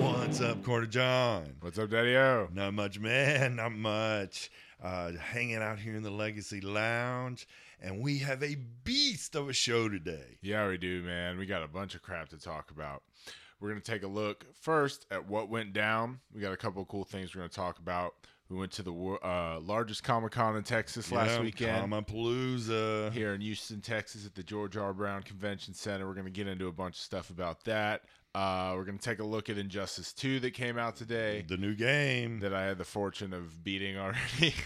What's up, Quarter John? What's up, Daddy O? Not much, man. Not much. Uh, hanging out here in the Legacy Lounge, and we have a beast of a show today. Yeah, we do, man. We got a bunch of crap to talk about. We're going to take a look first at what went down. We got a couple of cool things we're going to talk about. We went to the wor- uh, largest Comic Con in Texas last Yeah, weekend Comapalooza. here in Houston, Texas at the George R. Brown Convention Center. We're going to get into a bunch of stuff about that. Uh, we're going to take a look at Injustice 2 that came out today The new game. that I had the fortune of beating already.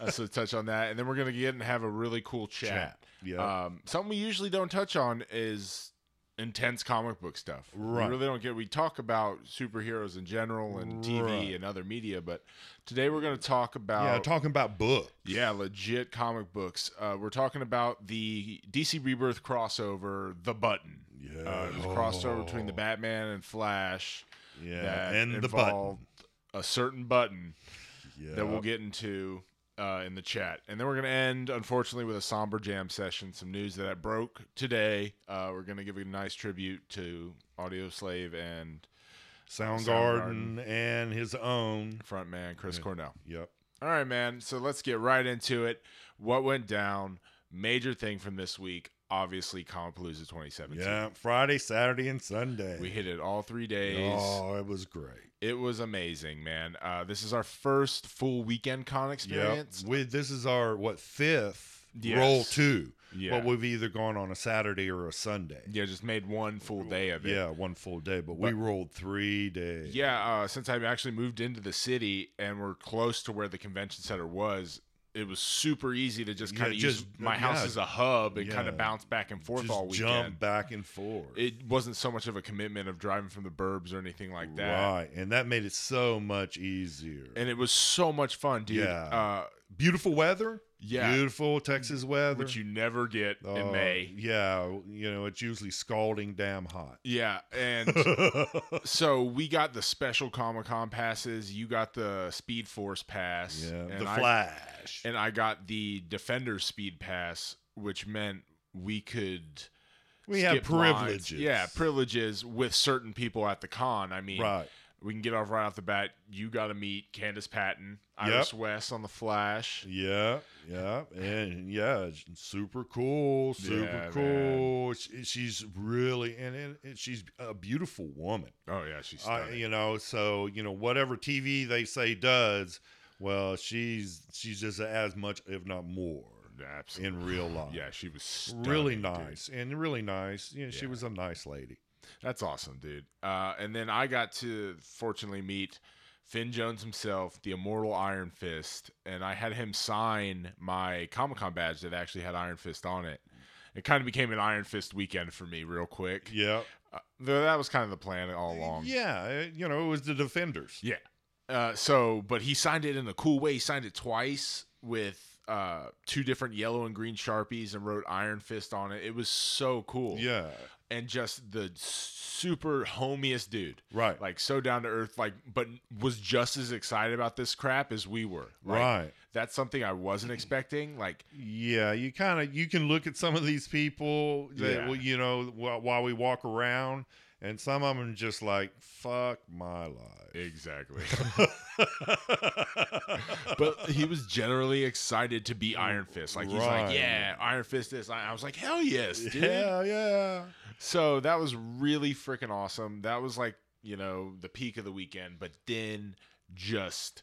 Uh, so touch on that, and then we're gonna get and have a really cool chat. Chat, yeah. Um, something we usually don't touch on is intense comic book stuff. Right. We really don't get. We talk about superheroes in general and TV Right. and other media, but today we're gonna talk about yeah, talking about book. yeah, legit comic books. Uh, we're talking about the DC Rebirth crossover, The Button. Yeah. Uh, it was a crossover between Oh. the Batman and Flash. Yeah, that and the button. involved A certain button Yeah. that we'll get into uh, in the chat. And then we're going to end, unfortunately, with a somber jam session. Some news that I broke today. Uh, we're going to give a nice tribute to Audio Slave and Soundgarden and his own. frontman Chris Yeah. Cornell. Yep. All right, man. So let's get right into it. What went down? Major thing from this week, obviously, Comapalooza 2017. Yeah. Friday, Saturday, and Sunday. We hit it all three days. Oh, it was great. It was amazing, man. Uh, this is our first full weekend con Yeah. experience. With this is our what fifth roll Yes. two. Yeah. But we've either gone on a Saturday or a Sunday. yeah, just made one full day of it. Yeah, one full day, but, we rolled three days. Yeah, uh, since I've actually moved into the city and we're close to where the convention center was, it was super easy to just Yeah, kind of use just- my house yeah. as a hub and kind Yeah. of bounce back and forth Just all weekend. jump back and forth. It wasn't so much of a commitment of driving from the burbs or anything like that. Right, and that made it so much easier. And it was so much fun, dude. Yeah. Uh, beautiful weather. Yeah. beautiful Texas weather. which you never get Uh, in May. Yeah, you know it's usually scalding damn hot. Yeah, and so we got the special Comic Con passes. You got the Speed Force pass. yeah, and the I- flash. and I got the Defender Speed Pass, which meant we could we have skip lines. privileges. Yeah, privileges with certain people at the con. I mean, right. we can get off right off the bat. You got to meet Candace Patton, Yep. Iris West on the Flash. Yeah, yeah, and yeah, it's super cool, super Yeah, man. cool. She, she's really and, and, and she's a beautiful woman. Oh yeah, she's I, stunning. you know, so you know whatever TV they say does, well, she's she's just as much, if not more, absolutely. in real life. yeah, she was stunning, really dude. nice and really nice. You know, she Yeah. was a nice lady. That's awesome, dude. Uh, and then I got to fortunately meet Finn Jones himself, the immortal Iron Fist, and I had him sign my Comic Con badge that actually had Iron Fist on it. It kind of became an Iron Fist weekend for me, real quick. Yeah, Uh, though that was kind of the plan all along. yeah. it- You know, it was the Defenders. Yeah. Uh, so, but he signed it in a cool way. He signed it twice with uh, two different yellow and green sharpies and wrote Iron Fist on it. It was so cool. Yeah, And just the super homiest dude. right, Like so down to earth, like but was just as excited about this crap as we were. Like, right. That's something I wasn't expecting. Like Yeah, you kind of you can look at some of these people that Yeah. well, you know while, while we walk around, and some of them just like fuck my life. exactly. but he was generally excited to be Iron Fist. Like he's Right. like, yeah, Iron Fist. This. I, I was like, hell yes, dude. yeah, yeah, So that was really freaking awesome. That was like, you know, the peak of the weekend, but then just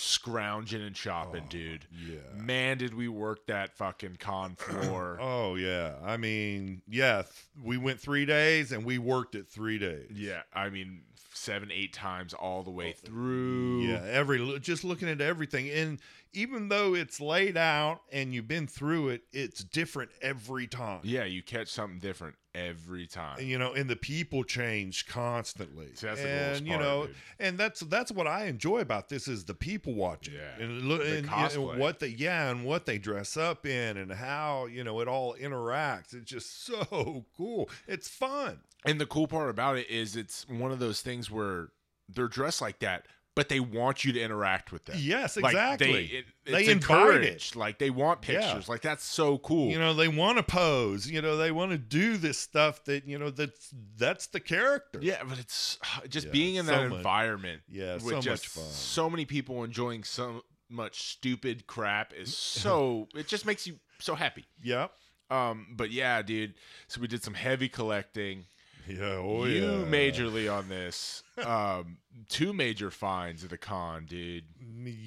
scrounging and shopping, Oh, dude. yeah. Man, did we work that fucking con floor. Oh yeah, I mean, yeah, th- we went three days and we worked it three days. yeah, I mean, seven, eight times all the way through. yeah, every just looking at everything, and even though it's laid out and you've been through it, it's different every time. Yeah, you catch something different every time. And, you know, and the people change constantly. See, that's the coolest and you part, know, dude. and that's that's what I enjoy about this is the people watching. Yeah. And, look, The and, cosplay. and what they yeah, and what they dress up in and how, you know, it all interacts. It's just so cool. It's fun. And the cool part about it is it's one of those things where they're dressed like that, but they want you to interact with them. Yes, Like, exactly. they, it- They it's invite it. encouraged. Like they want Yeah. pictures. Like that's so cool. you know they want to pose you know they want to do this stuff that you know that's that's the character yeah, but it's just Yeah, being in so that much- environment yeah with so much just fun so many people enjoying so much stupid crap is so it just makes you so happy. yep Um, but yeah, dude. So we did some heavy collecting. yeah oh you yeah majorly on this. Um, two major finds at the con, dude.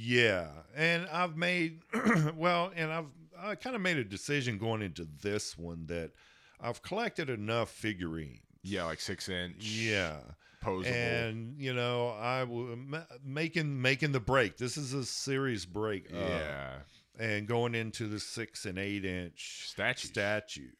yeah and i've made well and i've i kind of made a decision going into this one that i've collected enough figurines Yeah, like six inch. yeah posable. and you know i w- ma- making making the break this is a serious break Uh, up yeah, and going into the six and eight inch statues. statues.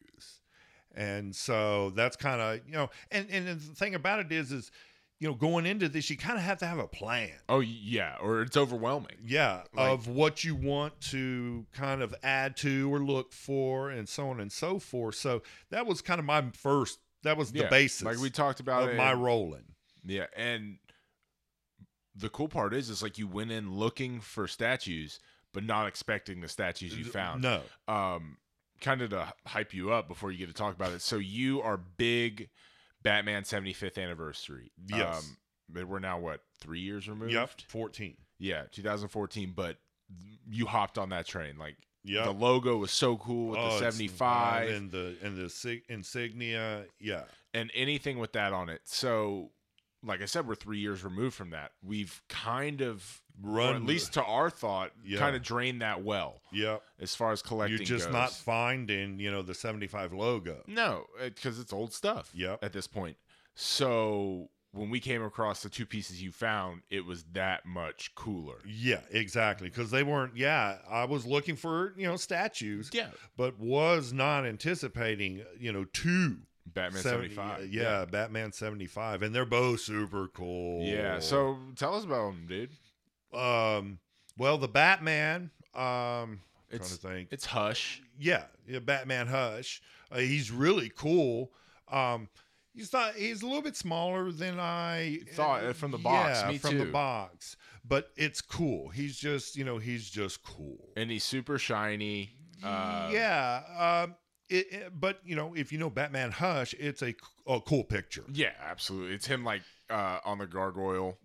And so that's kind of, you know, and, and the thing about it is, is, you know, going into this, you kind of have to have a plan. oh yeah, or it's overwhelming. Yeah. Like- of what you want to kind of add to or look for and so on and so forth. So that was kind of my first, that was the yeah, basis Like we talked about of it. my rolling. yeah, and the cool part is, is like you went in looking for statues, but not expecting the statues you found. No. um, kind of to hype you up before you get to talk about it. So you are big Batman 75th anniversary. Yes. Um, but we're now what three years removed? Yep. 14. Yeah, 2014. But you hopped on that train. Like Yeah. the logo was so cool Oh, with the 75 and-, and the and the sig- insignia yeah anything with that on it. So, like I said, we're three years removed from that. We've kind of, or run at least to our thought, Yeah. kind of drained that well yeah as far as collecting. you're just goes. not finding you know the 75 logo No, because it's old stuff. Yep. At this point, so when we came across the two pieces you found, it was that much cooler. Yeah, exactly. Because they weren't. Yeah, I was looking for you know statues, Yeah, but was not anticipating you know two Batman 70 75. Yeah, Batman seventy five, and they're both super cool. Yeah. So tell us about them, dude. um, well, the Batman, um, It's trying to think. it's Hush. yeah, yeah, Batman Hush. Uh, he's really cool. Um, he's not. He's a little bit smaller than I Thought, uh, from the box, Yeah, me from the too. box, but it's cool. He's just you know he's just cool. And he's super shiny. Uh, yeah. Um, it, it- but you know, if you know Batman Hush, it's a, c- a cool picture. Yeah, absolutely. It's him like uh, on the gargoyle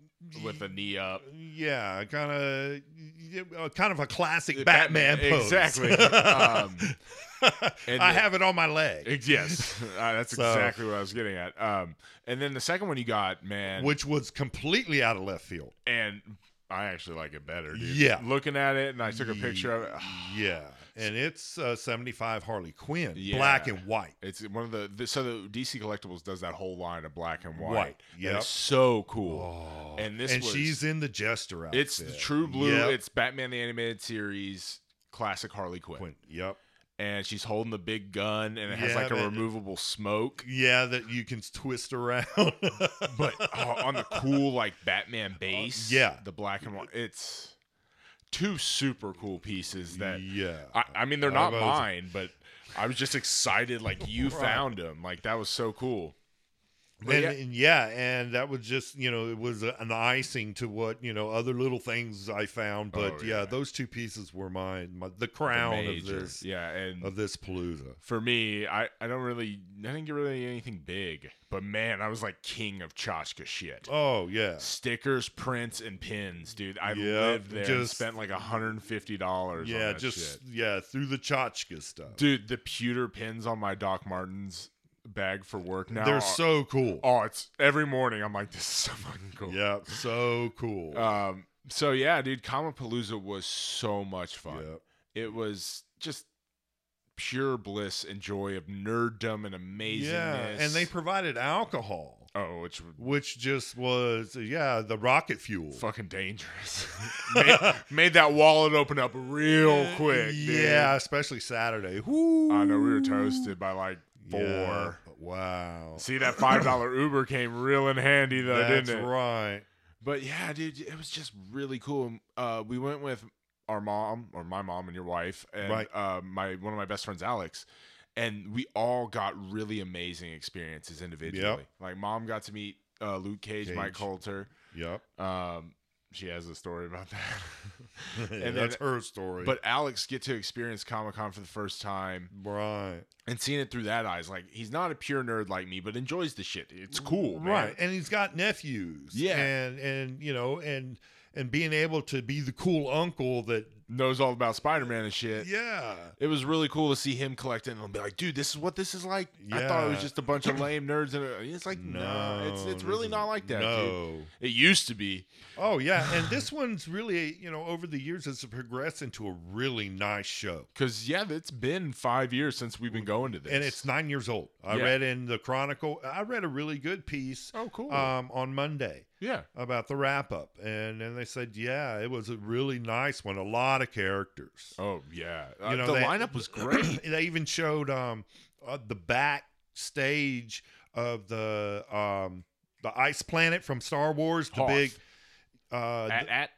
with a knee up. Yeah, kind of, uh, kind of a classic The Batman, Batman- pose. exactly. Um, and I the- have it on my leg, Ex- Yes, uh, that's So- exactly what I was getting at. Um, and then the second one you got, man, which was completely out of left field. and I actually like it better, dude. Yeah. Looking at it, and I took a picture of it. Yeah, and it's uh, seventy-five Harley Quinn, Yeah. black and white. It's one of the, the so the DC Collectibles does that whole line of black and white. White, and yep. it's so cool. Oh, And this and was- she's in the Jester outfit. it's the true blue. Yep. It's Batman the animated series classic Harley Quinn, Quinn. Yep. and she's holding the big gun, and it has Yeah, like a man. removable smoke. Yeah, that you can twist around. But oh, on the cool like Batman base, Uh, yeah. the black and white. It's two super cool pieces that yeah, I, I mean, they're I not was- mine, but I was just excited. Like you Right. found them. Like that was so cool. But and, yeah- and yeah, and that was just you know it was a- an icing to what you know other little things I found, but Oh, yeah. yeah. those two pieces were mine. My, the The crown of major. this Yeah, and of this palooza. for me, I I don't really I didn't get really anything big, but man, I was like king of Chashka shit. Oh yeah, Stickers, prints, and pins, dude. I Yeah, lived there and just- spent like hundred and fifty dollars. yeah, on that just shit. yeah through the tchotchke stuff. dude, the pewter pins on my Doc Martens bag for work now. They're are- so cool. oh, it's every morning. I'm like, this is so fucking cool. Yeah, so cool. Um, so yeah, dude, Kamapalooza was so much fun. Yep. It was just pure bliss and joy of nerddom and amazingness. Yeah, and they provided alcohol. oh which was which just was yeah the rocket fuel. fucking dangerous. made, made that wallet open up real quick. dude. yeah, especially Saturday. Whoo! I know we were toasted by like four. Yeah. Wow, See that five dollar Uber came real in handy though, that's didn't it? right. But yeah, dude, it was just really cool. Uh, we went with our mom or my mom and your wife and Right. uh, my one of my best friends, Alex, and we all got really amazing experiences individually. Like mom got to meet uh, Luke Cage, Mike Cage. Coulter. Yep, Um, she has a story about that. and then- that's her story. but Alex get to experience Comic Con for the first time right, and seeing it through that eyes. Like he's not a pure nerd like me, but enjoys the shit. It's cool, man. Mm, right, and he's got nephews. Yeah. and and you know and and being able to be the cool uncle that Knows all about Spider Man and shit. yeah It was really cool to see him collect it and be like, dude, this is what this is like. I thought it was Yeah. just a bunch of lame nerds, and uh, it's like, no, it's it's this really is- not like that. dude. No. It used to be. Oh yeah, and this one's really you know over the years it's progressed into a really nice show, Cause yeah, it's been five years since we've been going to this, and it's nine years old. I Yeah. read in the Chronicle. I read a really good piece oh cool, um, on Monday yeah, about the wrap up, and and they said yeah, it was a really nice one. A lot of characters. oh yeah. Uh, You know, the they- uh, lineup was great. they even showed um uh, the back stage of the um the ice planet from Star Wars. The Hoth. big uh at, th- at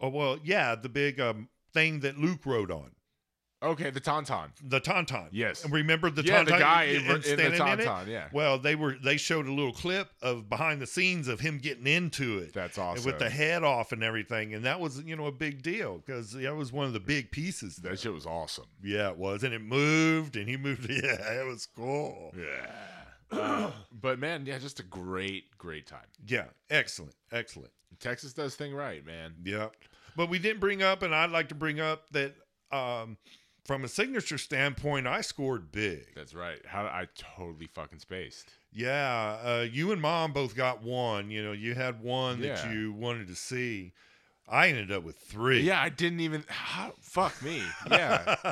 oh, well yeah the big um thing that Luke rode on. okay, the tauntaun. The Tauntaun. Yes. And remember the yeah, Tauntaun? the guy and in, in the standing in it? tauntaun. yeah, Well, they were they showed a little clip of behind the scenes of him getting into it that's awesome. with the head off and everything, and that was you know a big deal because that was one of the big pieces. there. that shit was awesome. yeah, it was, and it moved, and he moved. Yeah, it was cool. Yeah. Uh, but man, yeah, just a great, great time. Yeah, excellent, excellent. Texas does thing right, man. Yeah, but we didn't bring up, and I'd like to bring up that um, from a signature standpoint, I scored big. That's right. How I totally fucking spaced. Yeah, uh, you and mom both got one. You know, you had one Yeah. that you wanted to see. I ended up with three. Yeah, I didn't even. How, fuck me. Yeah,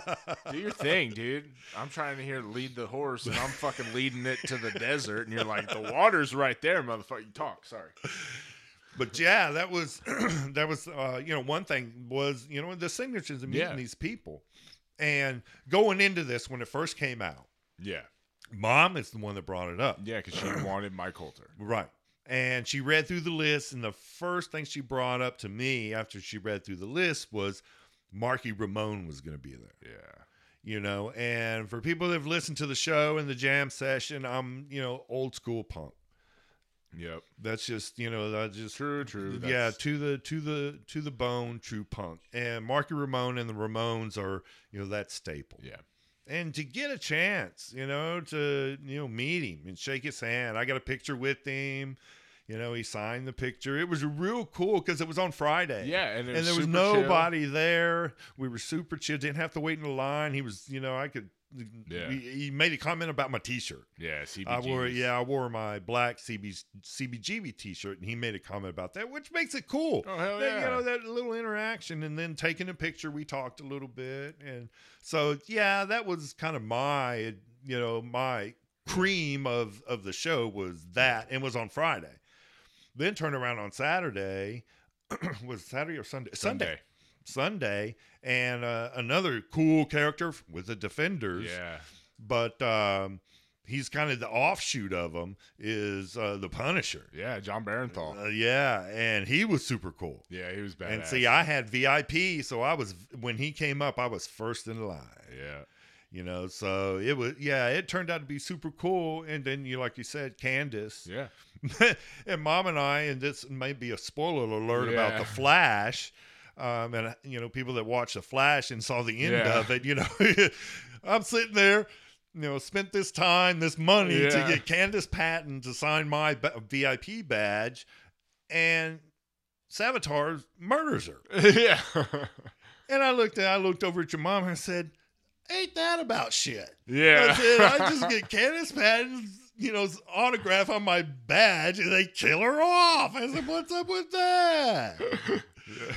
do your thing, dude. I'm trying to hear lead the horse, and I'm fucking leading it to the desert, and you're like, the water's right there, motherfucker. You talk. Sorry. but yeah, that was that was uh, you know one thing was you know the signatures and meeting Yeah. these people, and going into this when it first came out, Yeah, mom is the one that brought it up. yeah, because she wanted my Coulter. Right. And she read through the list, and the first thing she brought up to me after she read through the list was Marky Ramone was going to be there. Yeah, you know and for people that have listened to the show and the jam session i'm you know old school punk yep. that's just you know i just True, true. yeah That's- to the to the to the bone true punk and marky ramone and the ramones are you know that staple yeah. and to get a chance you know to you know meet him and shake his hand i got a picture with him you know he signed the picture it was real cool because it was on friday Yeah, and, it and there was super chill. nobody there. We were super chill. Didn't have to wait in the line. He was, you know, I could. Yeah. He, he made a comment about my T-shirt. Yeah, CBGBs. I wore, yeah, I wore my black CB, CBGB T-shirt, and he made a comment about that, which makes it cool. Oh hell That, yeah! You know that little interaction, and then taking a picture. We talked a little bit, and so yeah, that was kind of my, you know, my cream of of the show was that, and was on Friday. Then turned around on Saturday. was it Saturday or Sunday? Sunday. Sunday, and uh, another cool character f- with the Defenders Yeah. but um, he's kind of the offshoot of him is uh, the Punisher. Yeah, John Barenthal. Uh, yeah, and he was super cool. Yeah, he was badass. And see, I had VIP, so I was when he came up, I was first in line. yeah, You know, so it was yeah, it turned out to be super cool. And then you like you said, Candace yeah, and Mom and I, and this may be a spoiler alert Yeah. about the Flash. Um, and you know, people that watch the Flash and saw the end Yeah. of it, you know, I'm sitting there, you know, spent this time, this money Yeah. to get Candace Patton to sign my ba- VIP badge, and Savitar murders her. yeah. And I looked, at, I looked over at your mom and I said, "Ain't that about shit?" yeah. That's it. I just get Candace Patton's, you know, autograph on my badge, and they kill her off. I said, "What's up with that?"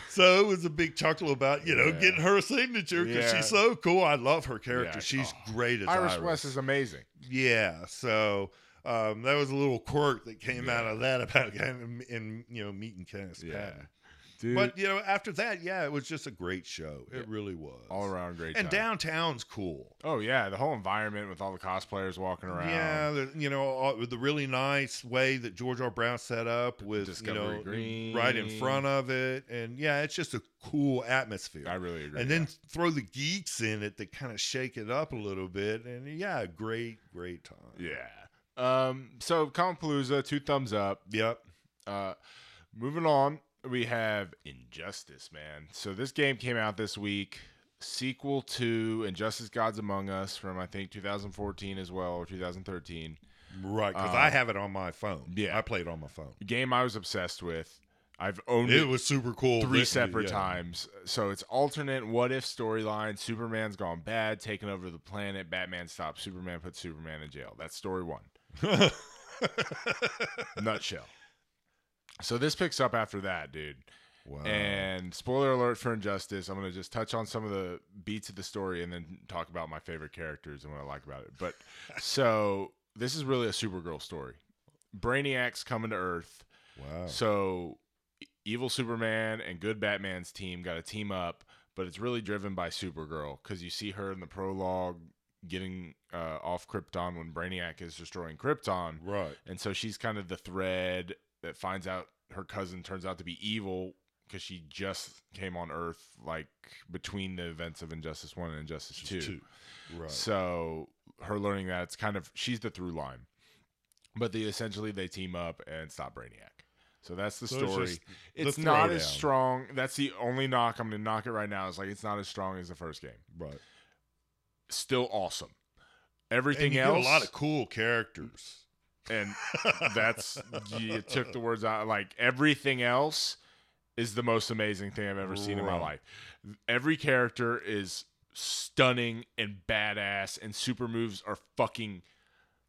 So it was a big chuckle about, you know, Yeah. getting her signature because Yeah. she's so cool. I love her character. Yeah. She's Oh. great as Iris Iris. West is amazing. Yeah. So um, that was a little quirk that came out Yeah. of that about and, and you know meeting Kenneth Yeah. Patton. Dude, But you know, after that, yeah, it was just a great show. It Yeah. really was. all around great. And time. downtown's cool. Oh yeah, the whole environment with all the cosplayers walking around. Yeah, the, you know all, with the really nice way that George R. Brown set up with you Discovery know right in Green. front of it, and yeah, it's just a cool atmosphere. I really agree. and then throw the geeks in it that kind of shake it up a little bit, and yeah, great, great time. yeah. yeah. Um. So Comic Palooza, two thumbs up. Yep. Uh, moving on, we have Injustice, man. So this game came out this week, sequel to Injustice: Gods Among Us from I think 2014 as well or 2013. Right, because Uh, I have it on my phone. yeah. I play it on my phone. Game I was obsessed with. I've owned It it was super cool. three listening- separate yeah. times. So it's alternate what if storyline. Superman's gone bad, taken over the planet. Batman stops Superman, puts Superman in jail. That's story one. Nutshell. So this picks up after that, dude. wow. And spoiler alert for Injustice. I'm going to just touch on some of the beats of the story and then talk about my favorite characters and what I like about it. But so this is really a Supergirl story. Brainiac's coming to Earth. wow. So e- evil Superman and good Batman's team got to team up, but it's really driven by Supergirl because you see her in the prologue getting uh, off Krypton when Brainiac is destroying Krypton. Right. And so she's kind of the thread that finds out her cousin turns out to be evil because she just came on Earth, like between the events of Injustice 1 and Injustice 2. Right. So her learning that it's kind of, she's the through line. But they essentially they team up and stop Brainiac. So that's the So it's story. It's, just the not as throwdown. strong. That's the only knock. I'm going to knock it right now. Is like it's not as strong as the first game. Right. Still awesome. And Everything you get else, a lot of cool characters. and that's you took the words out like everything else is the most amazing thing i've ever seen in my Right. life every character is stunning and badass and super moves are fucking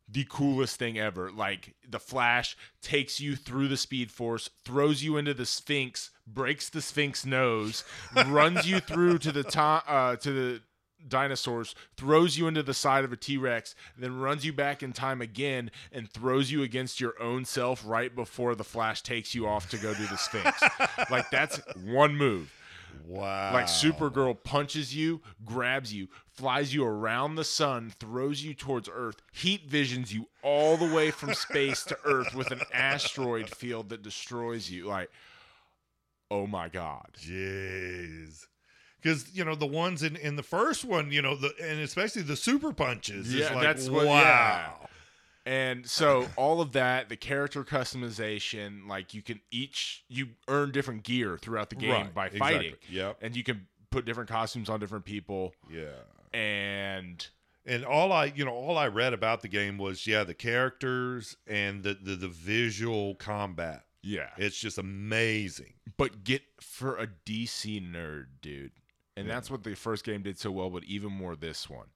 the coolest thing ever like the flash takes you through the speed force throws you into the sphinx breaks the sphinx nose runs you through to the top uh, to the dinosaurs, throws you into the side of a T Rex, then runs you back in time again and throws you against your own self right before the Flash takes you off to go do the Sphinx. like, that's one move. Wow. Like, Supergirl punches you, grabs you, flies you around the sun, throws you towards Earth, heat visions you all the way from space to Earth with an asteroid field that destroys you. Like, oh my God. Jeez. Because you know the ones in, in the first one, you know, the and especially the super punches. Yeah, is like, that's wow. what- yeah. And so all of that, the character customization, like you can each you earn different gear throughout the game Right, by fighting. exactly. Yep. And you can put different costumes on different people Yeah. and And all I, you know, all I read about the game was yeah, the characters and the the, the visual combat. yeah. It's just amazing. But get for a DC nerd, dude. And Yeah. that's what the first game did so well, but even more this one.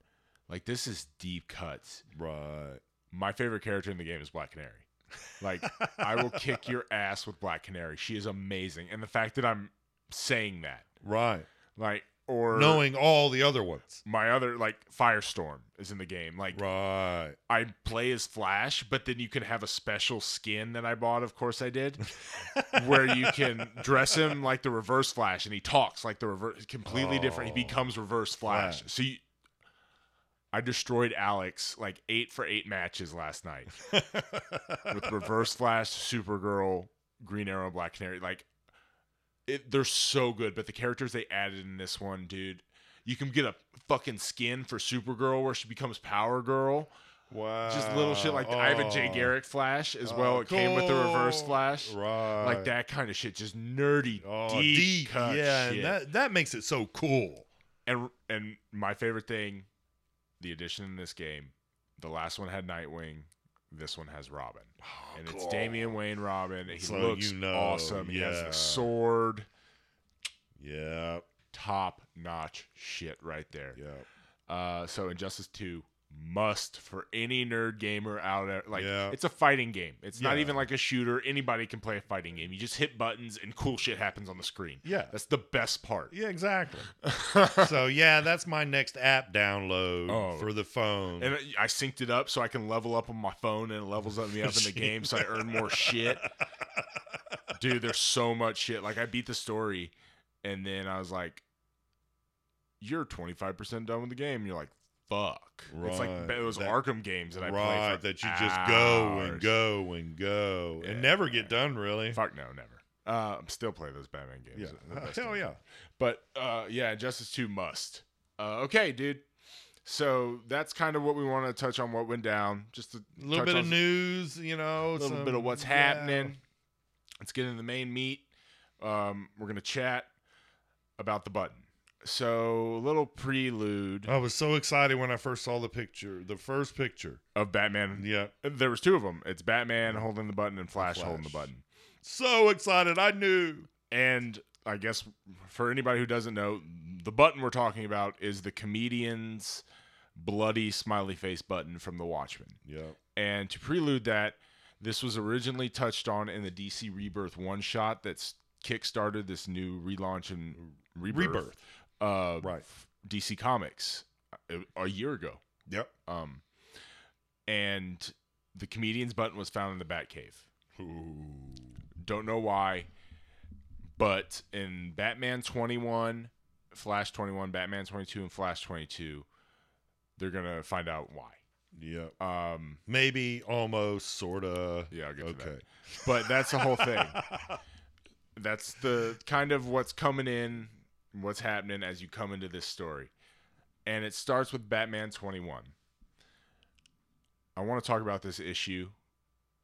Like this is deep cuts. Right. My favorite character in the game is Black Canary. Like I will kick your ass with Black Canary. She is amazing. And the fact that I'm saying that Right. like or Knowing all the other ones. my other like firestorm is in the game like Right. i play as flash but then you can have a special skin that i bought of course i did where you can dress him like the reverse flash and he talks like the reverse completely different he Oh. becomes reverse flash Flash. so you, i destroyed alex like eight for eight matches last night with reverse flash supergirl green arrow black canary like it, they're so good but the characters they added in this one dude you can get a fucking skin for supergirl where she becomes power girl wow. just little shit like that. i have a jay Oh. garrick flash as well Oh, it came with the reverse cool. flash Oh, Right. like that kind of shit just nerdy Oh, deep, deep. cut yeah, shit. and that that makes it so cool. and and my favorite thing the addition in this game the last one had nightwing this one has robin and it's Damian Wayne Robin. and He Oh, So looks you know, awesome. He has yeah. the sword, Yeah, top notch shit right there. yeah. Uh, so Injustice Two, must for any nerd gamer out there. Like Yeah. it's a fighting game. It's not Yeah. even like a shooter. Anybody can play a fighting game. You just hit buttons and cool shit happens on the screen. Yeah. That's the best part. Yeah, exactly. so yeah, that's my next app download Oh. for the phone. And I synced it up so I can level up on my phone and it levels up me up in the game so I earn more shit. Dude, there's so much shit. Like I beat the story and then I was like, You're twenty five percent done with the game. You're like, fuck. It's like Right. those That- Arkham games that I right, played. that you just go and go and go Yeah. and never get done really. Fuck no, never. Uh, I'm still playing those Batman Yeah, games. They're the Uh, best hell games. yeah. But uh, yeah, Justice 2 must. Uh, okay, dude. So that's kind of what we want to touch on what went down. Just a A little bit of news, you know, a little bit of what's happening. Let's get into the main meat. Um, we're going to chat about the button. So, a little prelude I was so excited when I first saw the picture, the first picture. of Batman. Yeah, There was two of them. It's Batman holding the button and Flash, Flash. holding the button. so excited. I knew. And I guess for anybody who doesn't know, the button we're talking about is the comedian's bloody smiley face button from The Watchmen. Yeah, And to prelude that, this was originally touched on in the DC Rebirth one shot that's kickstarted this new relaunch and rebirth, Rebirth. Uh, Right. DC Comics uh, a, a year ago. Yep. Um, and the comedian's button was found in the Batcave. Don't know why, but in Batman 21, Flash 21, Batman 22, and Flash 22, they're gonna find out why. Yeah. Um, Maybe almost, sorta. yeah, I'll get to that. Okay. but that's the whole thing. That's the kind of what's coming in, what's happening as you come into this story. And it starts with Batman 21. I want to talk about this issue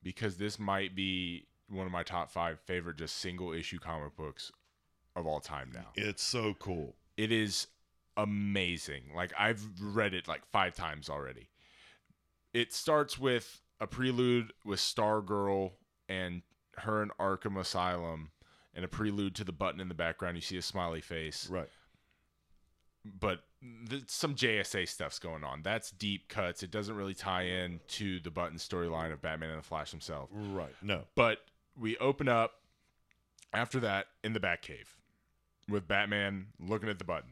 because this might be one of my top five favorite just single issue comic books of all time now. It's so cool. It is amazing. Like I've read it like five times already. It starts with a prelude with Stargirl and her in Arkham Asylum and a prelude to the button in the background. You see a smiley face, Right. but th- some JSA stuff's going on. That's deep cuts. It doesn't really tie in to the button storyline of Batman and the Flash himself. Right. No. But we open up after that in the Batcave with Batman looking at the button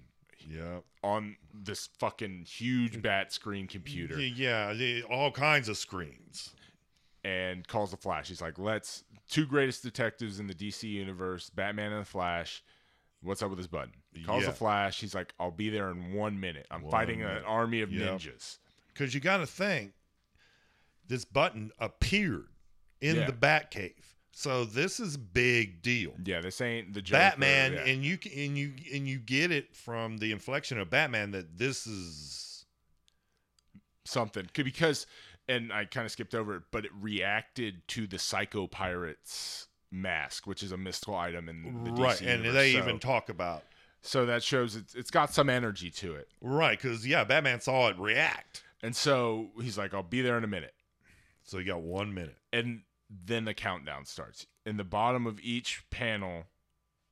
Yeah. on this fucking huge bat screen computer Yeah. the- All kinds of screens. and calls the Flash. He's like, "Let's two greatest detectives in the DC universe, Batman and the Flash. What's up with this button?" Calls Yeah. the Flash. He's like, "I'll be there in one minute. I'm One fighting minute. an army of Yep. ninjas." Because you got to think this button appeared in Yeah. the Batcave. So this is big deal. Yeah, this ain't the Joker, Batman yeah. and you can- and you and you get it from the inflection of Batman that this is something 'Cause- because, and I kind of skipped over it, but it reacted to the Psycho Pirates mask, which is a mystical item in the DC right and universe. they so, even talk about so that shows it's, it's got some energy to it. right cuz yeah Batman saw it react And so he's like, I'll be there in a minute. so you got 1 minute And then the countdown starts. In the bottom of each panel,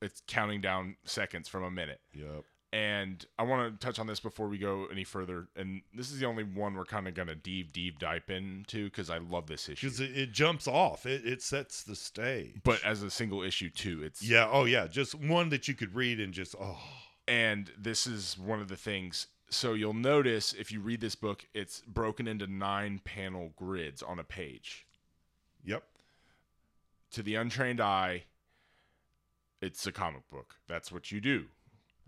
it's counting down seconds from a minute. yep And I want to touch on this before we go any further. And this is the only one we're kind of going to deep, deep dive into because I love this issue. cuz it, it jumps off it, it sets the stage But as a single issue, too, it's yeah oh yeah just one that you could read and just oh and this is one of the things so you'll notice if you read this book it's broken into nine panel grids on a page yep to the untrained eye it's a comic book that's what you do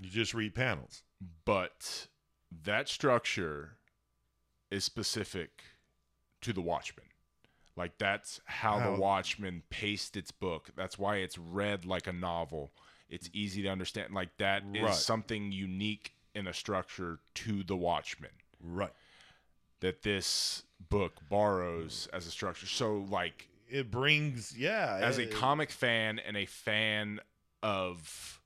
you just read panels but that structure is specific to the Watchmen. Like that's how, How- the Watchmen paced its book. That's why it's read like a novel. It's easy to understand. Like that is Right. something unique in a structure to the Watchmen right that this book borrows as a structure. So like it brings yeah as a it- comic fan and a fan of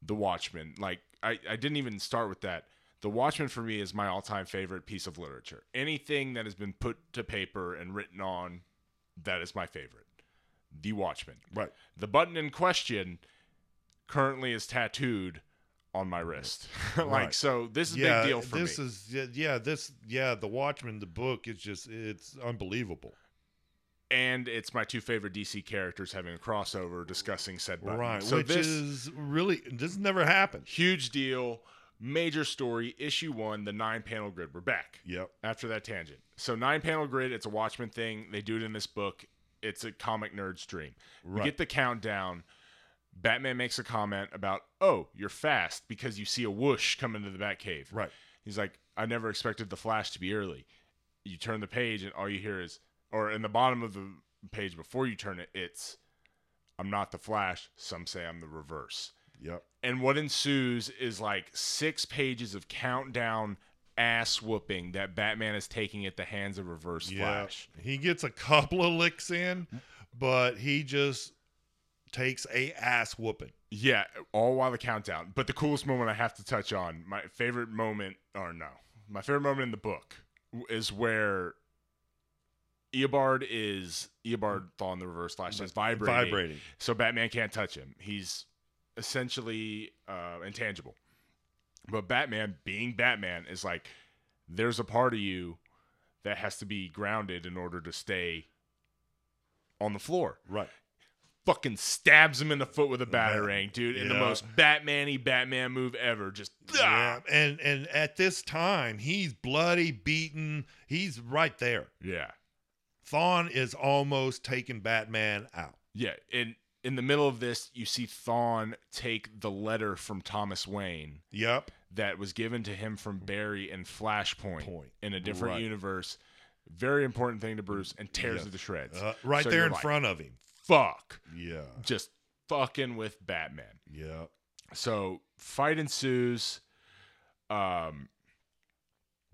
the Watchmen, like I, I didn't even start with that. The Watchmen for me is my all-time favorite piece of literature. Anything that has been put to paper and written on, that is my favorite. The Watchmen. right The button in question currently is tattooed on my wrist. like Right. so, this is a yeah, big deal for this me. is yeah, yeah, this yeah, the Watchmen, the book is just it's unbelievable. and it's my two favorite DC characters having a crossover discussing said button. right, So which this is really this never happened. huge deal, major story, issue one, the nine panel grid. We're back Yep. after that tangent. So nine panel grid, it's a Watchmen thing. They do it in this book. It's a comic nerd's dream. Right. We get the countdown. Batman makes a comment about, "Oh, you're fast because you see a whoosh coming to the Batcave." right. He's like, "I never expected the Flash to be early." You turn the page and all you hear is, or in the bottom of the page before you turn it, it's, "I'm not the Flash. Some say I'm the Reverse." Yep. And what ensues is like six pages of countdown ass whooping that Batman is taking at the hands of Reverse Yeah. Flash. He gets a couple of licks in, but he just takes a ass whooping. Yeah, all while the countdown. But the coolest moment I have to touch on, my favorite moment, or no, my favorite moment in the book w- is where Eobard is Eobard Thawne the Reverse Flash is vibrating, Vibrating. so Batman can't touch him. He's essentially uh, intangible. But Batman, being Batman, is like there's a part of you that has to be grounded in order to stay on the floor Right. fucking stabs him in the foot with a bat- batarang, dude, in the yeah. most Batman-y Batman move ever. Just ah! Yeah. And and at this time, he's bloody beaten. He's right there. yeah, Thawne is almost taking Batman out. yeah. And in the middle of this, you see Thawne take the letter from Thomas Wayne Yep. that was given to him from Barry and Flashpoint Point. in a different Right. universe. Very important thing to Bruce and tears Yeah. to the shreds. Uh, right So there you're in like- front of him. Fuck, Yeah. just fucking with Batman. Yeah. So fight ensues. Um,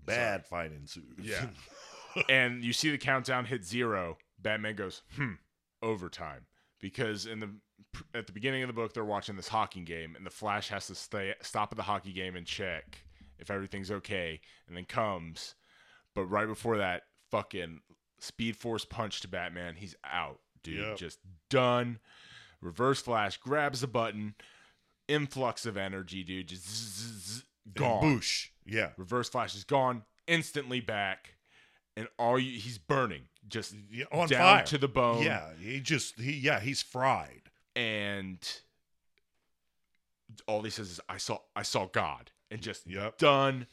Bad fight ensues. Yeah. and you see the countdown hit zero. Batman goes, hmm, overtime. Because in the at the beginning of the book, they're watching this hockey game, and the Flash has to stay stop at the hockey game and check if everything's okay, and then comes. But right before that, fucking Speed Force punch to Batman. He's out, dude. Yep. Just done. Reverse Flash grabs the button. Influx of energy, dude. Just zzz, zzz, zzz, gone. And boosh. Yeah. Reverse Flash is gone, instantly back, and all you he's burning, just Yeah, On down fire. to the bone. yeah. He just he yeah, he's fried. and all he says is, "I saw, I saw God," and just Yep. done.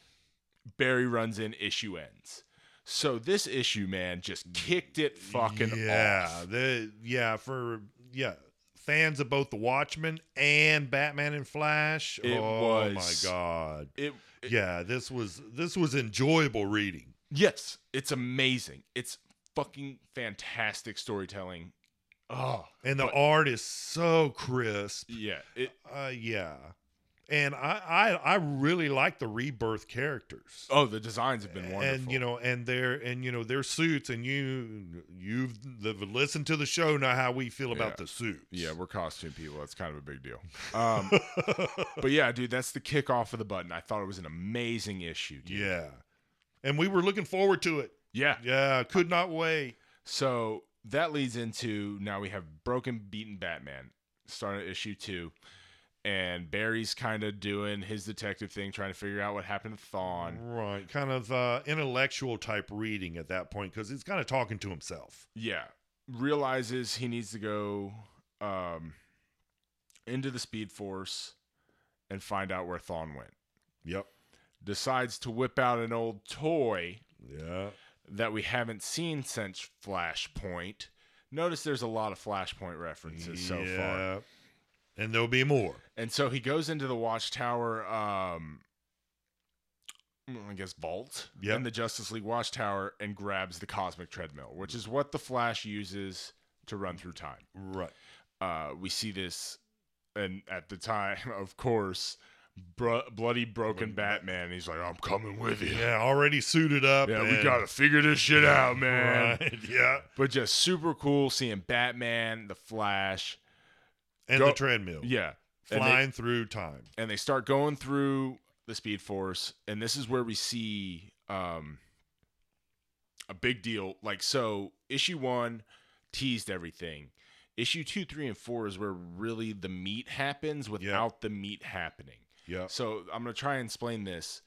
Barry runs in, issue ends. So this issue, man, just kicked it fucking yeah, off. the yeah for yeah fans of both the Watchmen and Batman and Flash. It oh was- my god, It, it- yeah, this was this was enjoyable reading. yes, it's amazing. It's fucking fantastic storytelling. Oh, And the But- art is so crisp. yeah, it, Uh, yeah, and I, I I really like the rebirth characters. oh, the designs have been wonderful. and you know and their and you know their suits and you you've the, listened to the show know how we feel Yeah. about the suits Yeah, we're costume people. That's kind of a big deal. Um, but yeah, dude, that's the kickoff of the button. I thought it was an amazing issue. Dude. yeah and we were looking forward to it Yeah. Yeah, could not wait. So that leads into now we have Broken Beaten Batman starting at issue two. And Barry's kind of doing his detective thing, trying to figure out what happened to Thawne. Right, kind of uh, intellectual type reading at that point because he's kind of talking to himself. Yeah. Realizes he needs to go um, into the Speed Force and find out where Thawne went. Yep. Decides to whip out an old toy Yeah. that we haven't seen since Flashpoint. Notice there's a lot of Flashpoint references so far. Yeah. And there'll be more. And so he goes into the Watchtower, um, I guess, vault Yep. in the Justice League Watchtower and grabs the cosmic treadmill, which is what the Flash uses to run through time. Right. Uh, we see this, and at the time, of course, bro- bloody broken Batman. He's like, I'm coming with you. Yeah, already suited up. Yeah, we and- got to figure this shit out, man. Right, yeah. but just super cool seeing Batman, the Flash. And Go- the treadmill. Yeah. And they- Flying through time. And they start going through the Speed Force, and this is where we see um a big deal. Like so issue one teased everything. Issue two, three, and four is where really the meat happens without the meat happening. Yeah. So I'm gonna try and explain this.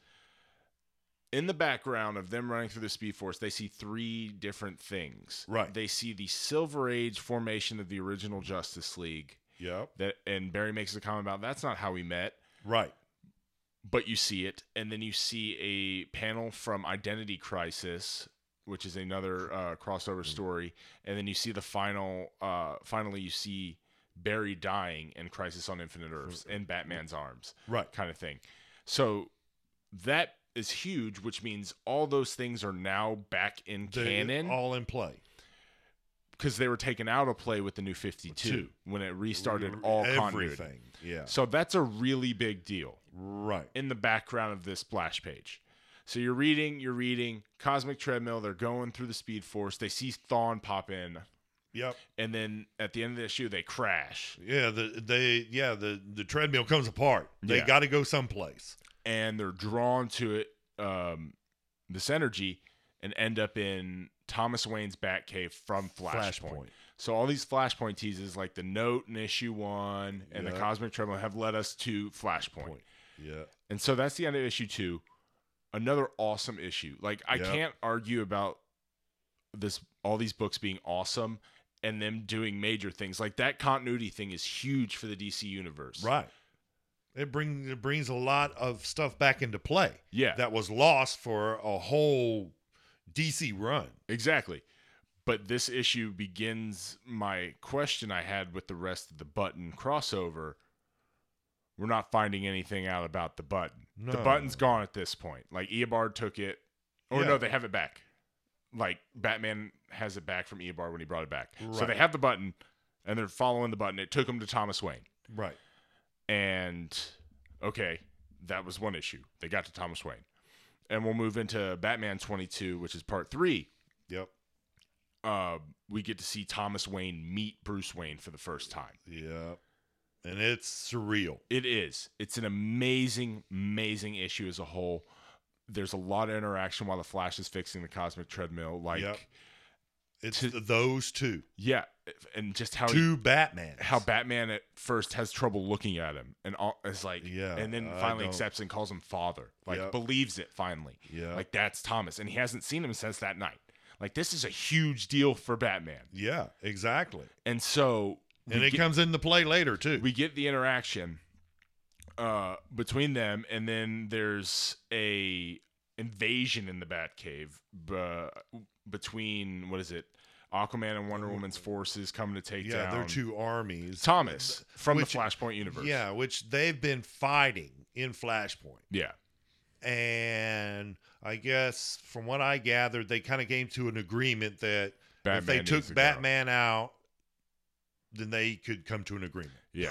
In the background of them running through the Speed Force, they see three different things. Right. They see the Silver Age formation of the original Justice League. Yep. That and Barry makes a comment about that's not how we met, Right. but you see it, and then you see a panel from Identity Crisis, which is another uh, crossover Hmm. story, and then you see the final. Uh, finally, you see Barry dying in Crisis on Hmm. Infinite Earths in Batman's arms Right. kind of thing. So that is huge, which means all those things are now back in They're canon all in play. because they were taken out of play with the new 52 Two. when it restarted all everything. continuity. Yeah. So that's a really big deal Right. in the background of this splash page. So you're reading, you're reading Cosmic Treadmill. They're going through the Speed Force. They see Thawne pop in, Yep. and then at the end of the issue, they crash Yeah. The they yeah the the treadmill comes apart. They Yeah. got to go someplace. and they're drawn to it, um, this energy, and end up in Thomas Wayne's Batcave from Flashpoint. So all these Flashpoint teases, like the note in issue one and the Yeah. Cosmic Treadmill, have led us to Flashpoint. Point. Yeah. And so that's the end of issue two. Another awesome issue. Like I Yeah. can't argue about this all these books being awesome and them doing major things. Like that continuity thing is huge for the DC universe. Right. It brings it brings a lot of stuff back into play Yeah. that was lost for a whole DC run. exactly. But this issue begins my question I had with the rest of the button crossover. We're not finding anything out about the button. No. The button's gone at this point. Like Eobard took it, or Yeah. no, they have it back. Like Batman has it back from Eobard when he brought it back. So Right. they have the button, and they're following the button. It took them to Thomas Wayne, Right. and okay, that was one issue. They got to Thomas Wayne, and we'll move into Batman twenty two, which is part three. Yep. Uh, we get to see Thomas Wayne meet Bruce Wayne for the first time. Yep. And it's surreal. It is. It's an amazing, amazing issue as a whole. There's a lot of interaction while the Flash is fixing the cosmic treadmill. Like, Yep. It's To- th- those two, yeah, and just how he- two Batmans. how Batman at first has trouble looking at him, and all, is like, Yeah, and then I finally don't- accepts and calls him father. Like, Yep. believes it finally. Yeah. Like that's Thomas, and he hasn't seen him since that night. Like this is a huge deal for Batman, yeah. Exactly. and so And we it get- comes into play later too. we get the interaction uh, between them, and then there's a invasion in the Batcave uh, between what is it, Aquaman and Wonder Woman's forces coming to take yeah. down They're two armies. Thomas from which- the Flashpoint universe. Yeah, which they've been fighting in Flashpoint. yeah, and I guess from what I gathered, they kind of came to an agreement that if they Batman needs took to go. Batman out, then they could come to an agreement. Yeah,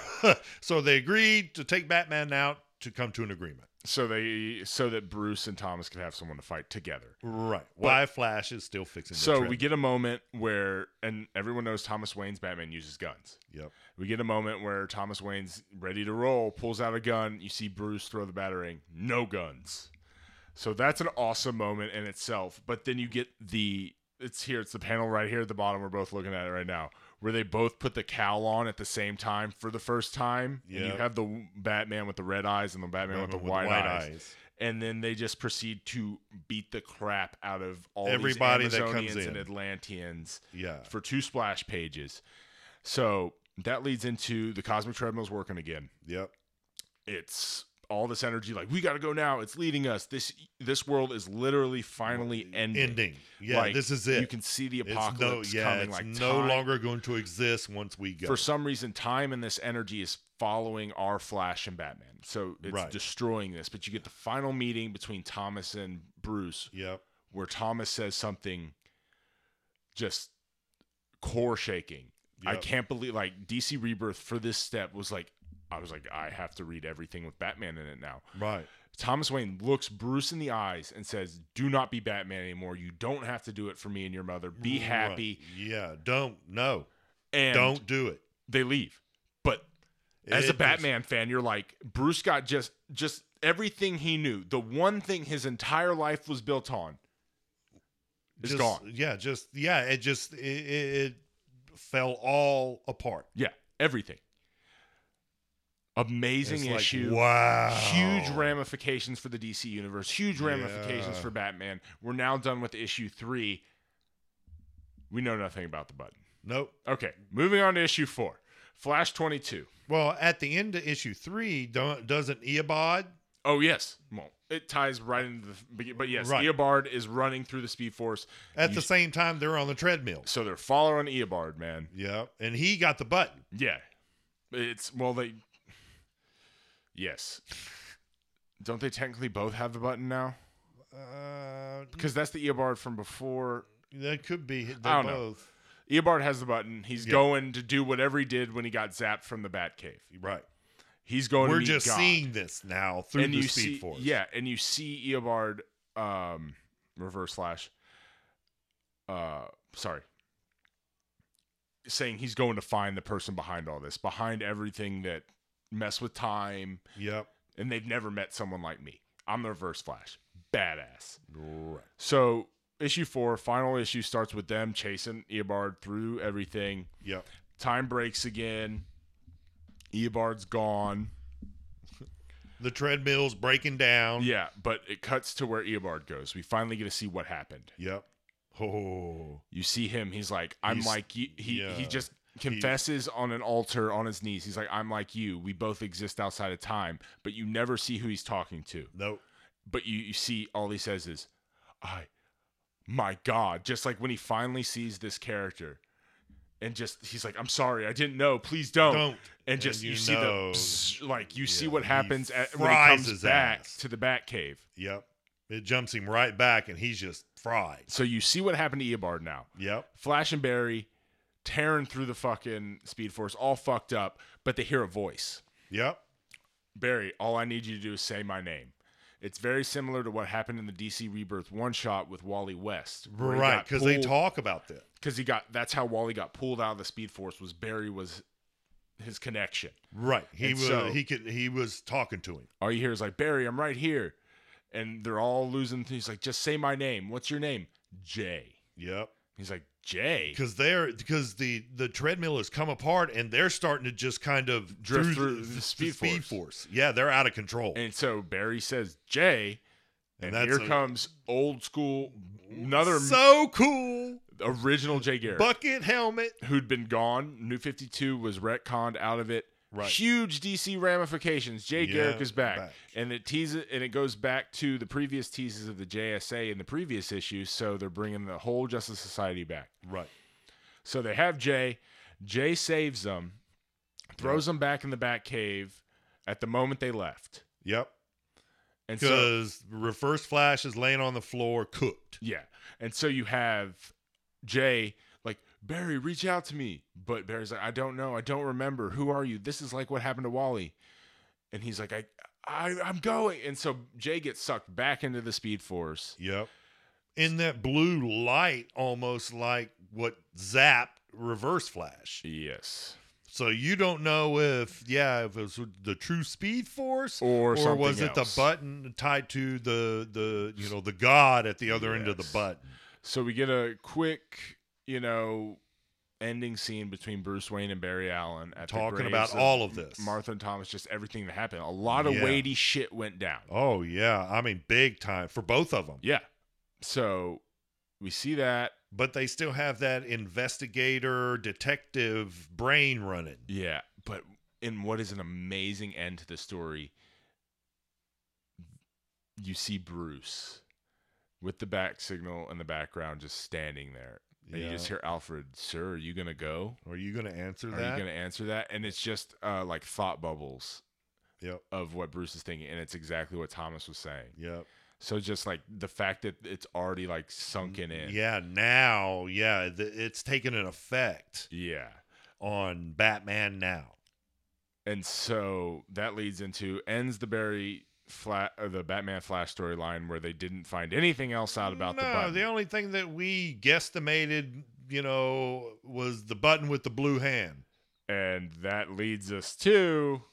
so they agreed to take Batman out to come to an agreement. so they so that Bruce and Thomas could have someone to fight together. Right. Why Flash is still fixing. the So we treadmill. get a moment where, and everyone knows Thomas Wayne's Batman uses guns. Yep. We get a moment where Thomas Wayne's ready to roll, pulls out a gun. You see Bruce throw the battering. No guns. So that's an awesome moment in itself. But then you get the it's here, it's the panel right here at the bottom. We're both looking at it right now, where they both put the cowl on at the same time for the first time. And Yeah. you have the Batman with the red eyes and the Batman, with the white, eyes. And then they just proceed to beat the crap out of all Everybody these that Amazonians comes in. and Atlanteans Yeah. for two splash pages. So that leads into the cosmic treadmill's working again. Yep. It's all this energy, like we got to go now. It's leading us. This this world is literally finally ending. Ending. Yeah. Like, this is it. You can see the It's no- apocalypse yeah, coming. it's like no time- longer going to exist once we go. For some reason, time and this energy is following our Flash and Batman. So it's Right. destroying this. But you get the final meeting between Thomas and Bruce, Yep. where Thomas says something just core shaking. I Yep. can't believe like DC Rebirth for this step was like I was like I have to read everything with Batman in it now. Right. Thomas Wayne looks Bruce in the eyes and says, "Do not be Batman anymore. You don't have to do it for me and your mother. Be Right. happy." Yeah. Don't. No. And don't do it. they leave. But as It a is- Batman fan, you're like Bruce got just just everything he knew. The one thing his entire life was built on is just, gone. Yeah, just yeah, it just it, it, it fell all apart. Yeah, everything. amazing It's like, issue. wow. Huge ramifications for the DC universe. Huge ramifications Oh. Yeah. for Batman. We're now done with issue three. We know nothing about the button. Nope. Okay, moving on to issue four. Flash twenty two. Well, at the end of issue three, don't, doesn't Eobod? Oh yes, well it ties right into the. But yes, Right. Eobard is running through the Speed Force, At You- the same time, they're on the treadmill. so they're following Eobard, man. Yeah, and he got the button. Yeah. It's well they Yes. Don't they technically both have the button now? Uh, Because that's the Eobard from before. that could be. They're I don't know. both. Eobard has the button. He's Yeah. going to do whatever he did when he got zapped from the Batcave. Right. He's going We're to meet just God. seeing this now through and the you Speed see, Force. Yeah, and you see Eobard um reverse slash uh sorry. Saying he's going to find the person behind all this, behind everything that mess with time, Yep. and they've never met someone like me. I'm the reverse flash. Badass. Right. So issue four, final issue starts with them chasing Eobard through everything. Yep. Time breaks again. Eobard's gone. The treadmill's breaking down. Yeah, but it cuts to where Eobard goes. We finally get to see what happened. Yep. Oh. You see him, he's like, I'm He's- like you he he yeah. just confesses on an altar on his knees. He's like, I'm like you. We both exist outside of time, but you never see who he's talking to. Nope. but you, you see all he says is i my god just like when he finally sees this character and just he's like i'm sorry i didn't know please don't, Don't. and just you, see know. the pss, like you see Yeah, what he happens at, when he fries comes his back ass. to the bat cave Yep. It jumps him right back, and he's just fried. so you see what happened to eobard now Yep. flash and barry tearing through the fucking speed force all fucked up but they hear a voice Yep. Barry, all I need you to do is say my name. It's very similar to what happened in the DC Rebirth one shot with Wally West. where he Right. got Because they pulled- talk about that. because he got that's how Wally got pulled out of the Speed Force was Barry was his connection. Right. He And was. so- he could. He was talking to him. All you hear is like Barry, I'm right here, and they're all losing. He's like, just say my name. What's your name? Jay. Yep. He's like Jay. because they're because the the treadmill has come apart and they're starting to just kind of Drift through through the th- speed force. Yeah, they're out of control. And so Barry says Jay, and, And that's here a- comes old school another so cool original Jay Garrick bucket helmet. who'd been gone. New Fifty Two was retconned out of it. Right. Huge DC ramifications. Jay Yeah, Garrick is back. back. And it teases and it goes back to the previous teases of the JSA in the previous issues, so they're bringing the whole Justice Society back. Right. So they have Jay. Jay saves them, throws them back in the Batcave at the moment they left. Yep. And so Because reverse flash is laying on the floor cooked. yeah. And so you have Jay like Barry, reach out to me. But Barry's like, I don't know. I don't remember. Who are you? This is like what happened to Wally. And he's like, I, I I'm going. And so Jay gets sucked back into the Speed Force. Yep. In that blue light, almost like what zapped reverse flash. Yes. So you don't know if yeah if it was the true speed force or, or, something was it the else. button tied to the the you know the god at the other end of the Yes. button? So we get a quick, you know, ending scene between Bruce Wayne and Barry Allen at the Talking graves about all of this. Martha and Thomas, just everything that happened. A lot of Yeah. weighty shit went down. Oh yeah, I mean big time for both of them. Yeah. So we see that. But they still have that investigator detective brain running. Yeah. But in what is an amazing end to the story, you see Bruce with the back signal in the background just standing there. And you Yeah. just hear Alfred, sir, are you going to go? Are you going to answer Are that? you going to answer that? And it's just uh, like thought bubbles Yep. of what Bruce is thinking, and it's exactly what Thomas was saying. Yep. So just like the fact that it's already like sunken in. Mm, Yeah. Now, yeah, th- it's taken an effect Yeah. on Batman now. And so that leads into ends the Barry flat or the Batman Flash storyline where they didn't find anything else out about no, the button. only thing that we guesstimated, you know, was the button with the blue hand. and that leads us to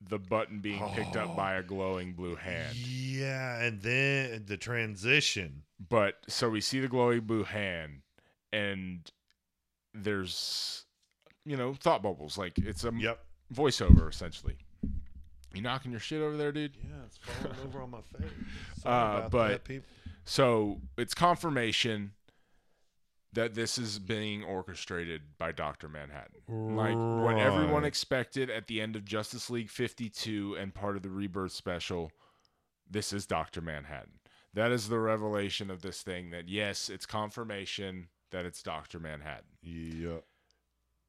the button being picked up Oh. by a glowing blue hand. Yeah, and then the transition. But so we see the glowing blue hand, and there's, you know, thought bubbles. Like it's a m- Yep. voiceover essentially. You knocking your shit over there, dude? Yeah, it's falling over on my face. Uh, Sorry about but- that, people. So it's confirmation that this is being orchestrated by Dr. Manhattan. Like what everyone Right. expected at the end of Justice League 52 and part of the Rebirth special, this is Dr. Manhattan. That is the revelation of this thing that yes, it's confirmation that it's Dr. Manhattan. Yeah.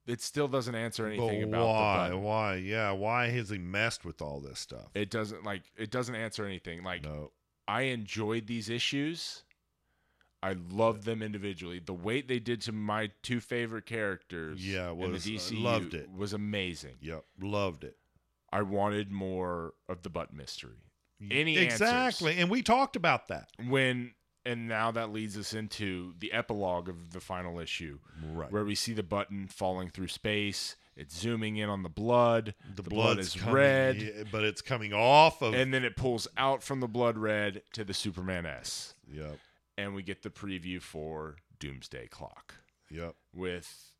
It still doesn't answer anything But about why? the button. why? Yeah. Why has he messed with all this stuff? It doesn't like it doesn't answer anything. Like no. I enjoyed these issues. I love them individually. The weight they did to my two favorite characters, Yeah, in the was- I DCU loved it. was amazing. Yep. Loved it. I wanted more of the butt mystery. Any answers? exactly. And we talked about that. When and now that leads us into the epilogue of the final issue, Right. where we see the button falling through space. It's zooming in on the blood. the, blood blood's is coming- red. yeah, but it's coming off of. And then it pulls out from the blood red to the Superman S. yep. And we get the preview for Doomsday Clock. Yep. with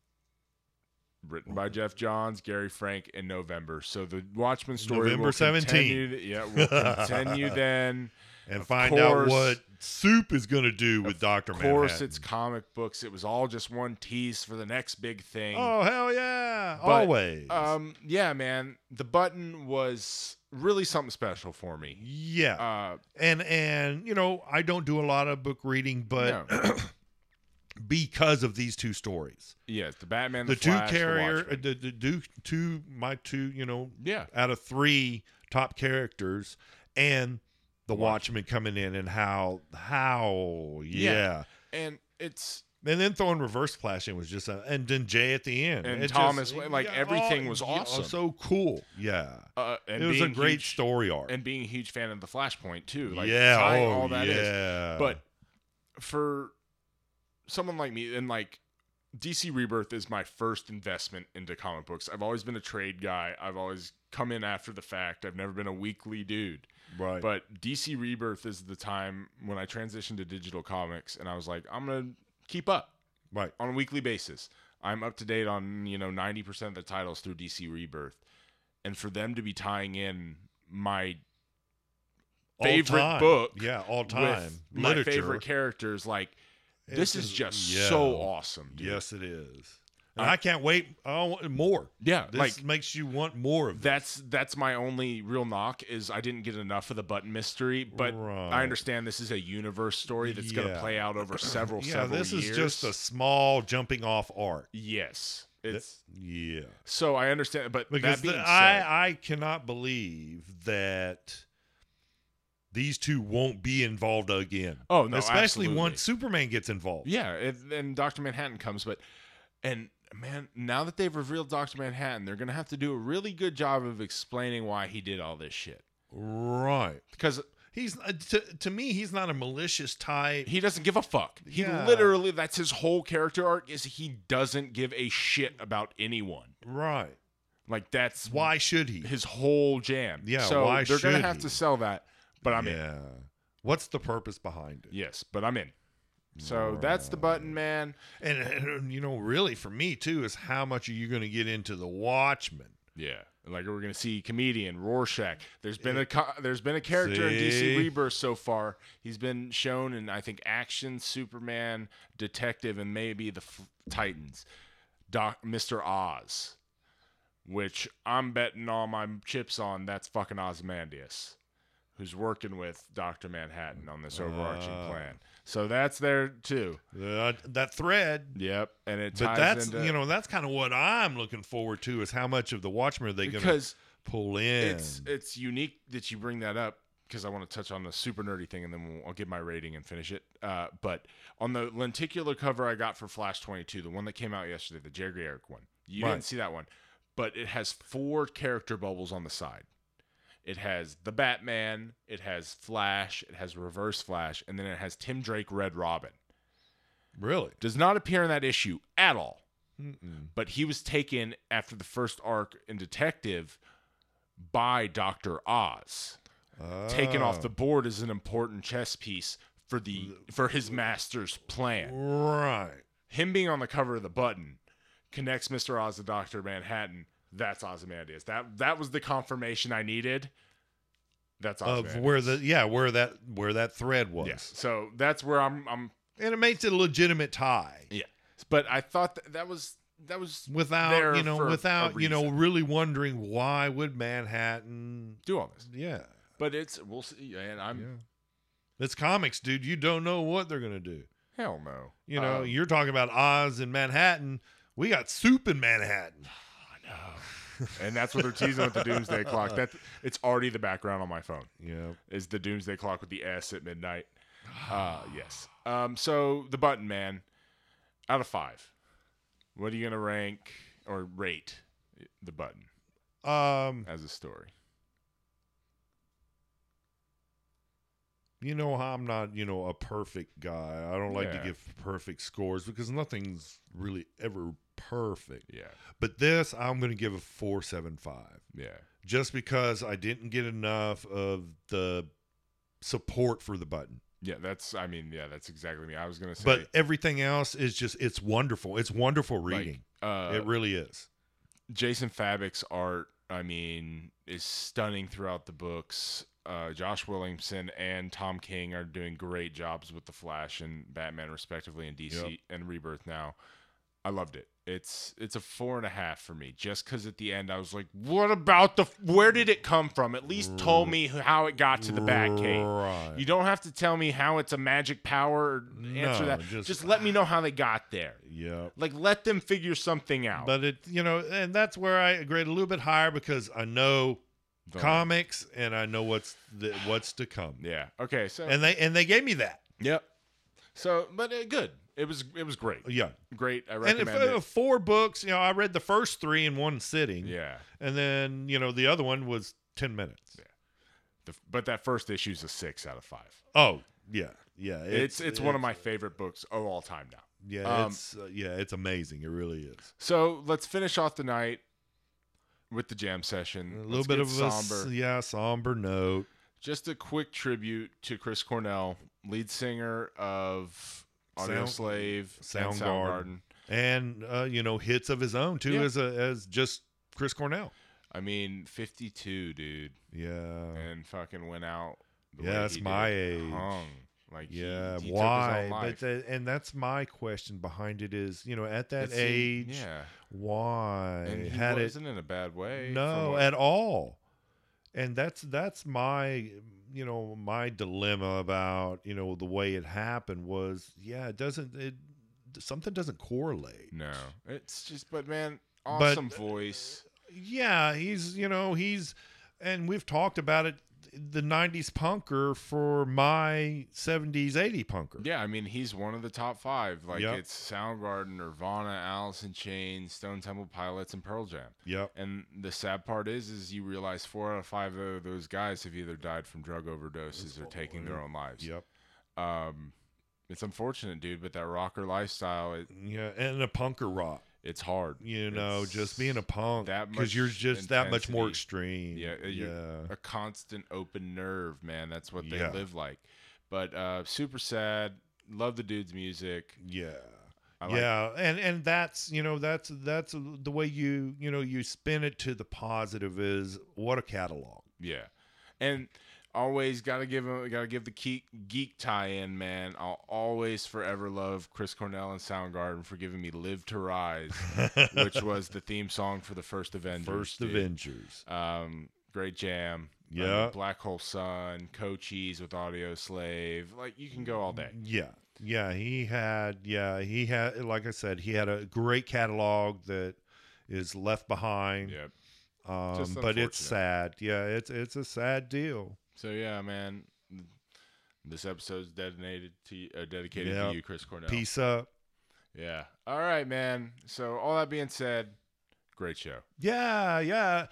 written by Jeff Johns, Gary Frank, in November. So the Watchmen story November will continue- 17. Yeah, will continue then. And Of find out course- what Soup is going to do with Doctor Of Manhattan. course, it's comic books. It was all just one tease for the next big thing. Oh hell yeah! But, Always. Um, yeah, man, the button was really something special for me. yeah. Uh, and and you know I don't do a lot of book reading, but because of these two stories, yes, the Batman, the, the, two Flash, the carrier, uh, Watchmen. the, the two two my two you know yeah, out of three top characters, and the Watchmen coming in and how how yeah. Yeah. and it's And then throwing reverse flash in was just, a, and then Jay at the end. And It just- Thomas, like, everything was yeah, awesome. so cool. Yeah, uh, and it was a being great huge- story arc. and being a huge fan of the Flashpoint too. Like yeah, tying oh all that is. yeah. But for someone like me, and like DC Rebirth is my first investment into comic books. I've always been a trade guy. I've always come in after the fact. I've never been a weekly dude. right, But DC Rebirth is the time when I transitioned to digital comics, and I was like, I'm gonna keep up right, on a weekly basis. I'm up to date on you know 90% of the titles through DC Rebirth, and for them to be tying in my All favorite time. book Yeah, all time with literature. my favorite characters, like It's this is just yeah. so awesome, dude. Yes, it is. And I- I, can't wait. I want more. Yeah, This like makes you want more of that. that's that's my only real knock is I didn't get enough of the button mystery, but I Right. understand this is a universe story that's going to Yeah. play out over several Yeah, several this years. is just a small jumping off arc. yes. It's Yeah. so I understand, but Because that being the- said, I, I cannot believe that these two won't be involved again. oh no, Especially absolutely. once Superman gets involved. yeah, and, and Doctor Manhattan comes, but and man, now that they've revealed Doctor Manhattan, they're going to have to do a really good job of explaining why he did all this shit Right. because He's uh, to, to me, he's not a malicious type. he doesn't give a fuck. He Yeah. literally that's his whole character arc is he doesn't give a shit about anyone. Right. Like that's Why should he? his whole jam. Yeah, So why they're gonna should have he? to sell that. But I'm in. yeah. What's the purpose behind it? Yes, but I'm in. So that's the button, man. And, and, you know, really for me too is how much are you going to get into the Watchmen? Yeah. Like we're gonna see comedian Rorschach. There's been a co- there's been a character in DC See? Rebirth so far. He's been shown in I think Action, Superman, Detective, and maybe the F- Titans. Doc Mr. Oz, which I'm betting all my chips on. That's fucking Ozymandias, who's working with Doctor Manhattan on this overarching Ah. plan. So that's there too. That Uh, that thread. Yep, and it But ties that's into you know that's kind of what I'm looking forward to is how much of the Watchmen are they going to because pull in? it's it's unique that you bring that up because I want to touch on the super nerdy thing and then we'll, I'll give my rating and finish it. Uh, but on the lenticular cover I got for Flash 22, the one that came out yesterday, the Jerry Eric one, you Right. didn't see that one, but it has four character bubbles on the side. It has the Batman, it has Flash, it has Reverse Flash, and then it has Tim Drake Red Robin. really. Does not appear in that issue at all Mm-mm. but he was taken after the first arc in Detective by Dr. Oz, taken Oh. off the board as an important chess piece for the for his master's Ah, plan. right. Him being on the cover of the button connects Mr. Oz to Dr. Manhattan. that's Ozymandias. That that was the confirmation I needed. That's Ozymandias. of where the yeah where that where that thread was, yes. So that's where I'm. I'm. and it makes it a legitimate tie But I thought that, that was that was without There you know for a without you know reason. really wondering why would Manhattan do all this. yeah But it's we'll see. And I'm yeah it's comics dude you don't know what they're gonna do hell no. you know Um, you're talking about Oz in Manhattan we got soup in Manhattan I know. and that's what they're teasing with the doomsday clock. That it's already the background on my phone. yeah Is the doomsday clock with the S at midnight? Ah, Uh yes. Um so the button man out of 5. What are you going to rank or rate the button um as a story? you know how I'm not, you know, a perfect guy. I don't like Yeah. to give perfect scores because nothing's really ever perfect. Yeah. But this, I'm going to give a 475 Yeah. just because I didn't get enough of the support for the button. Yeah, that's I mean, yeah, that's exactly me. I was going to say But everything else is just it's wonderful. It's wonderful like, reading. uh it really is. Jason Fabick's art, I mean, is stunning throughout the books. Uh, Josh Williamson and Tom King are doing great jobs with the Flash and Batman, respectively, in DC Yep. and Rebirth. Now, I loved it. It's it's a four and a half for me, just because at the end I was like, "What about the? Where did it come from? At least tell me how it got to the Batcave. Right. You don't have to tell me how it's a magic power. Or answer No, that. just- just let me know how they got there. Yep. Like let them figure something out. But it, you know, and that's where I grade a little bit higher because I know Don't- comics and I know what's the, what's to come. Yeah. Okay. So. And they and they gave me that. yep. So, but uh, good. It was. It was great. Yeah. Great. I Oh, And recommend if, it. uh, four books, you know, I read the first three in one sitting. yeah. And then, you know, the other one was 10 minutes. The, but that first issue is a six out of five. Oh, yeah. Yeah. It's it's, one of my favorite books of all time now. Yeah, um, it's uh, yeah, it's amazing. It really is. So let's finish off the night with the jam session. A little Let's bit get of a s- somber. yeah, somber note. Just a quick tribute to Chris Cornell, lead singer of Audio Sound- Slave, and Soundgarden. Soundgarden. And uh, you know, hits of his own too Yeah. as a, as just Chris Cornell. I mean, fifty-two, dude, Yeah. and fucking went out. The Yeah, way that's he my did. age. Hung. Like, he- he Yeah, took his own why? life. But the, and that's my question behind it is, you know, at that It seemed- age, yeah. why And he had it wasn't in a bad way. from no what- at all. And that's that's my you know my dilemma about you know the way it happened was yeah it doesn't it something doesn't correlate. no. It's just, but man, But- awesome voice. Yeah, he's you know he's and we've talked about it the 90s punker for my 70s 80 punker. Yeah, I mean, he's one of the top five. Like Yep. it's Soundgarden, Nirvana, Alice in Chains, Stone Temple Pilots, and Pearl Jam. Yep. And the sad part is, is you realize four out of five of those guys have either died from drug overdoses or taking their own lives. Yep. Um, it's unfortunate, dude, but that rocker lifestyle, it, Yeah, and a punker rock. it's hard. you know, It's just being a punk that because you're much just that much more intensity. extreme. Yeah, uh, you- yeah. a constant open nerve, man. That's what they Yeah. live like. But uh, super sad. Love the dude's music. Yeah. I like yeah, and and that's you know that's that's the way you you know you spin it to the positive is what a catalog. Yeah, and always gotta give him, gotta give the geek, geek tie-in, man. I'll always forever love Chris Cornell and Soundgarden for giving me "Live to Rise," which was the theme song for the first Avengers. First dude. Avengers. Um, great jam. I mean, Yeah. Black Hole Sun, Cochise with Audio Slave. Like you can go all day. Yeah, yeah, he had yeah he had like I said he had a great catalog that is left behind. Yep. Um, Just but unfortunate. it's sad. Yeah, it's it's a sad deal. So yeah, man, this episode's dedicated to you, uh, dedicated Yeah. to you, Chris Cornell. Peace up. Yeah. All right, man. So all that being said, great show. Yeah, yeah.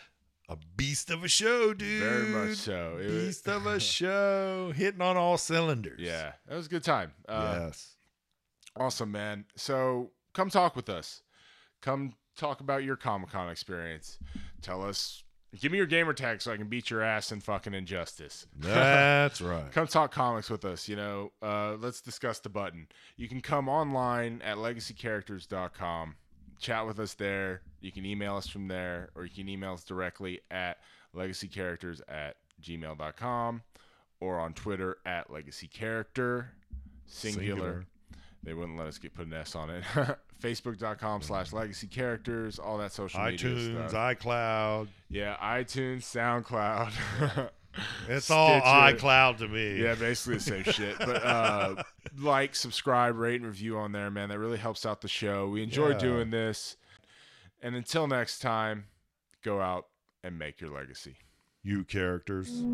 A beast of a show, dude. Very much so. It was- Beast of a show, hitting on all cylinders. yeah, that was a good time. Uh, yes. Awesome, man. So come talk with us. Come talk about your Comic Con experience. Tell us. Give me your gamer tag so I can beat your ass in fucking injustice. That's right. come talk comics with us you know uh, let's discuss the button you can come online at legacycharacters.com chat with us there. You can email us from there, or you can email us directly at legacycharacters at gmail.com or on Twitter at legacycharacter. Singular. Singular. They wouldn't let us get put an S on it. Facebook.com slash legacy characters, all that social media Mm-hmm. iTunes, stuff. iCloud. yeah, iTunes, SoundCloud. It's all Stitcher. iCloud to me. Yeah, basically the same shit. But uh, like, subscribe, rate, and review on there, man. That really helps out the show. We enjoy Yeah. doing this. And until next time, go out and make your legacy. You characters.